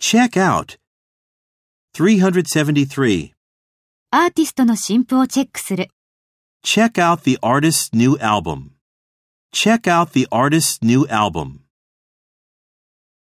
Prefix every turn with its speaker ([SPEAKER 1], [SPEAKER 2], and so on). [SPEAKER 1] Check out 373.
[SPEAKER 2] アーティストの新譜をチェックする。
[SPEAKER 1] Check out the artist's new album. Check out the artist's new album.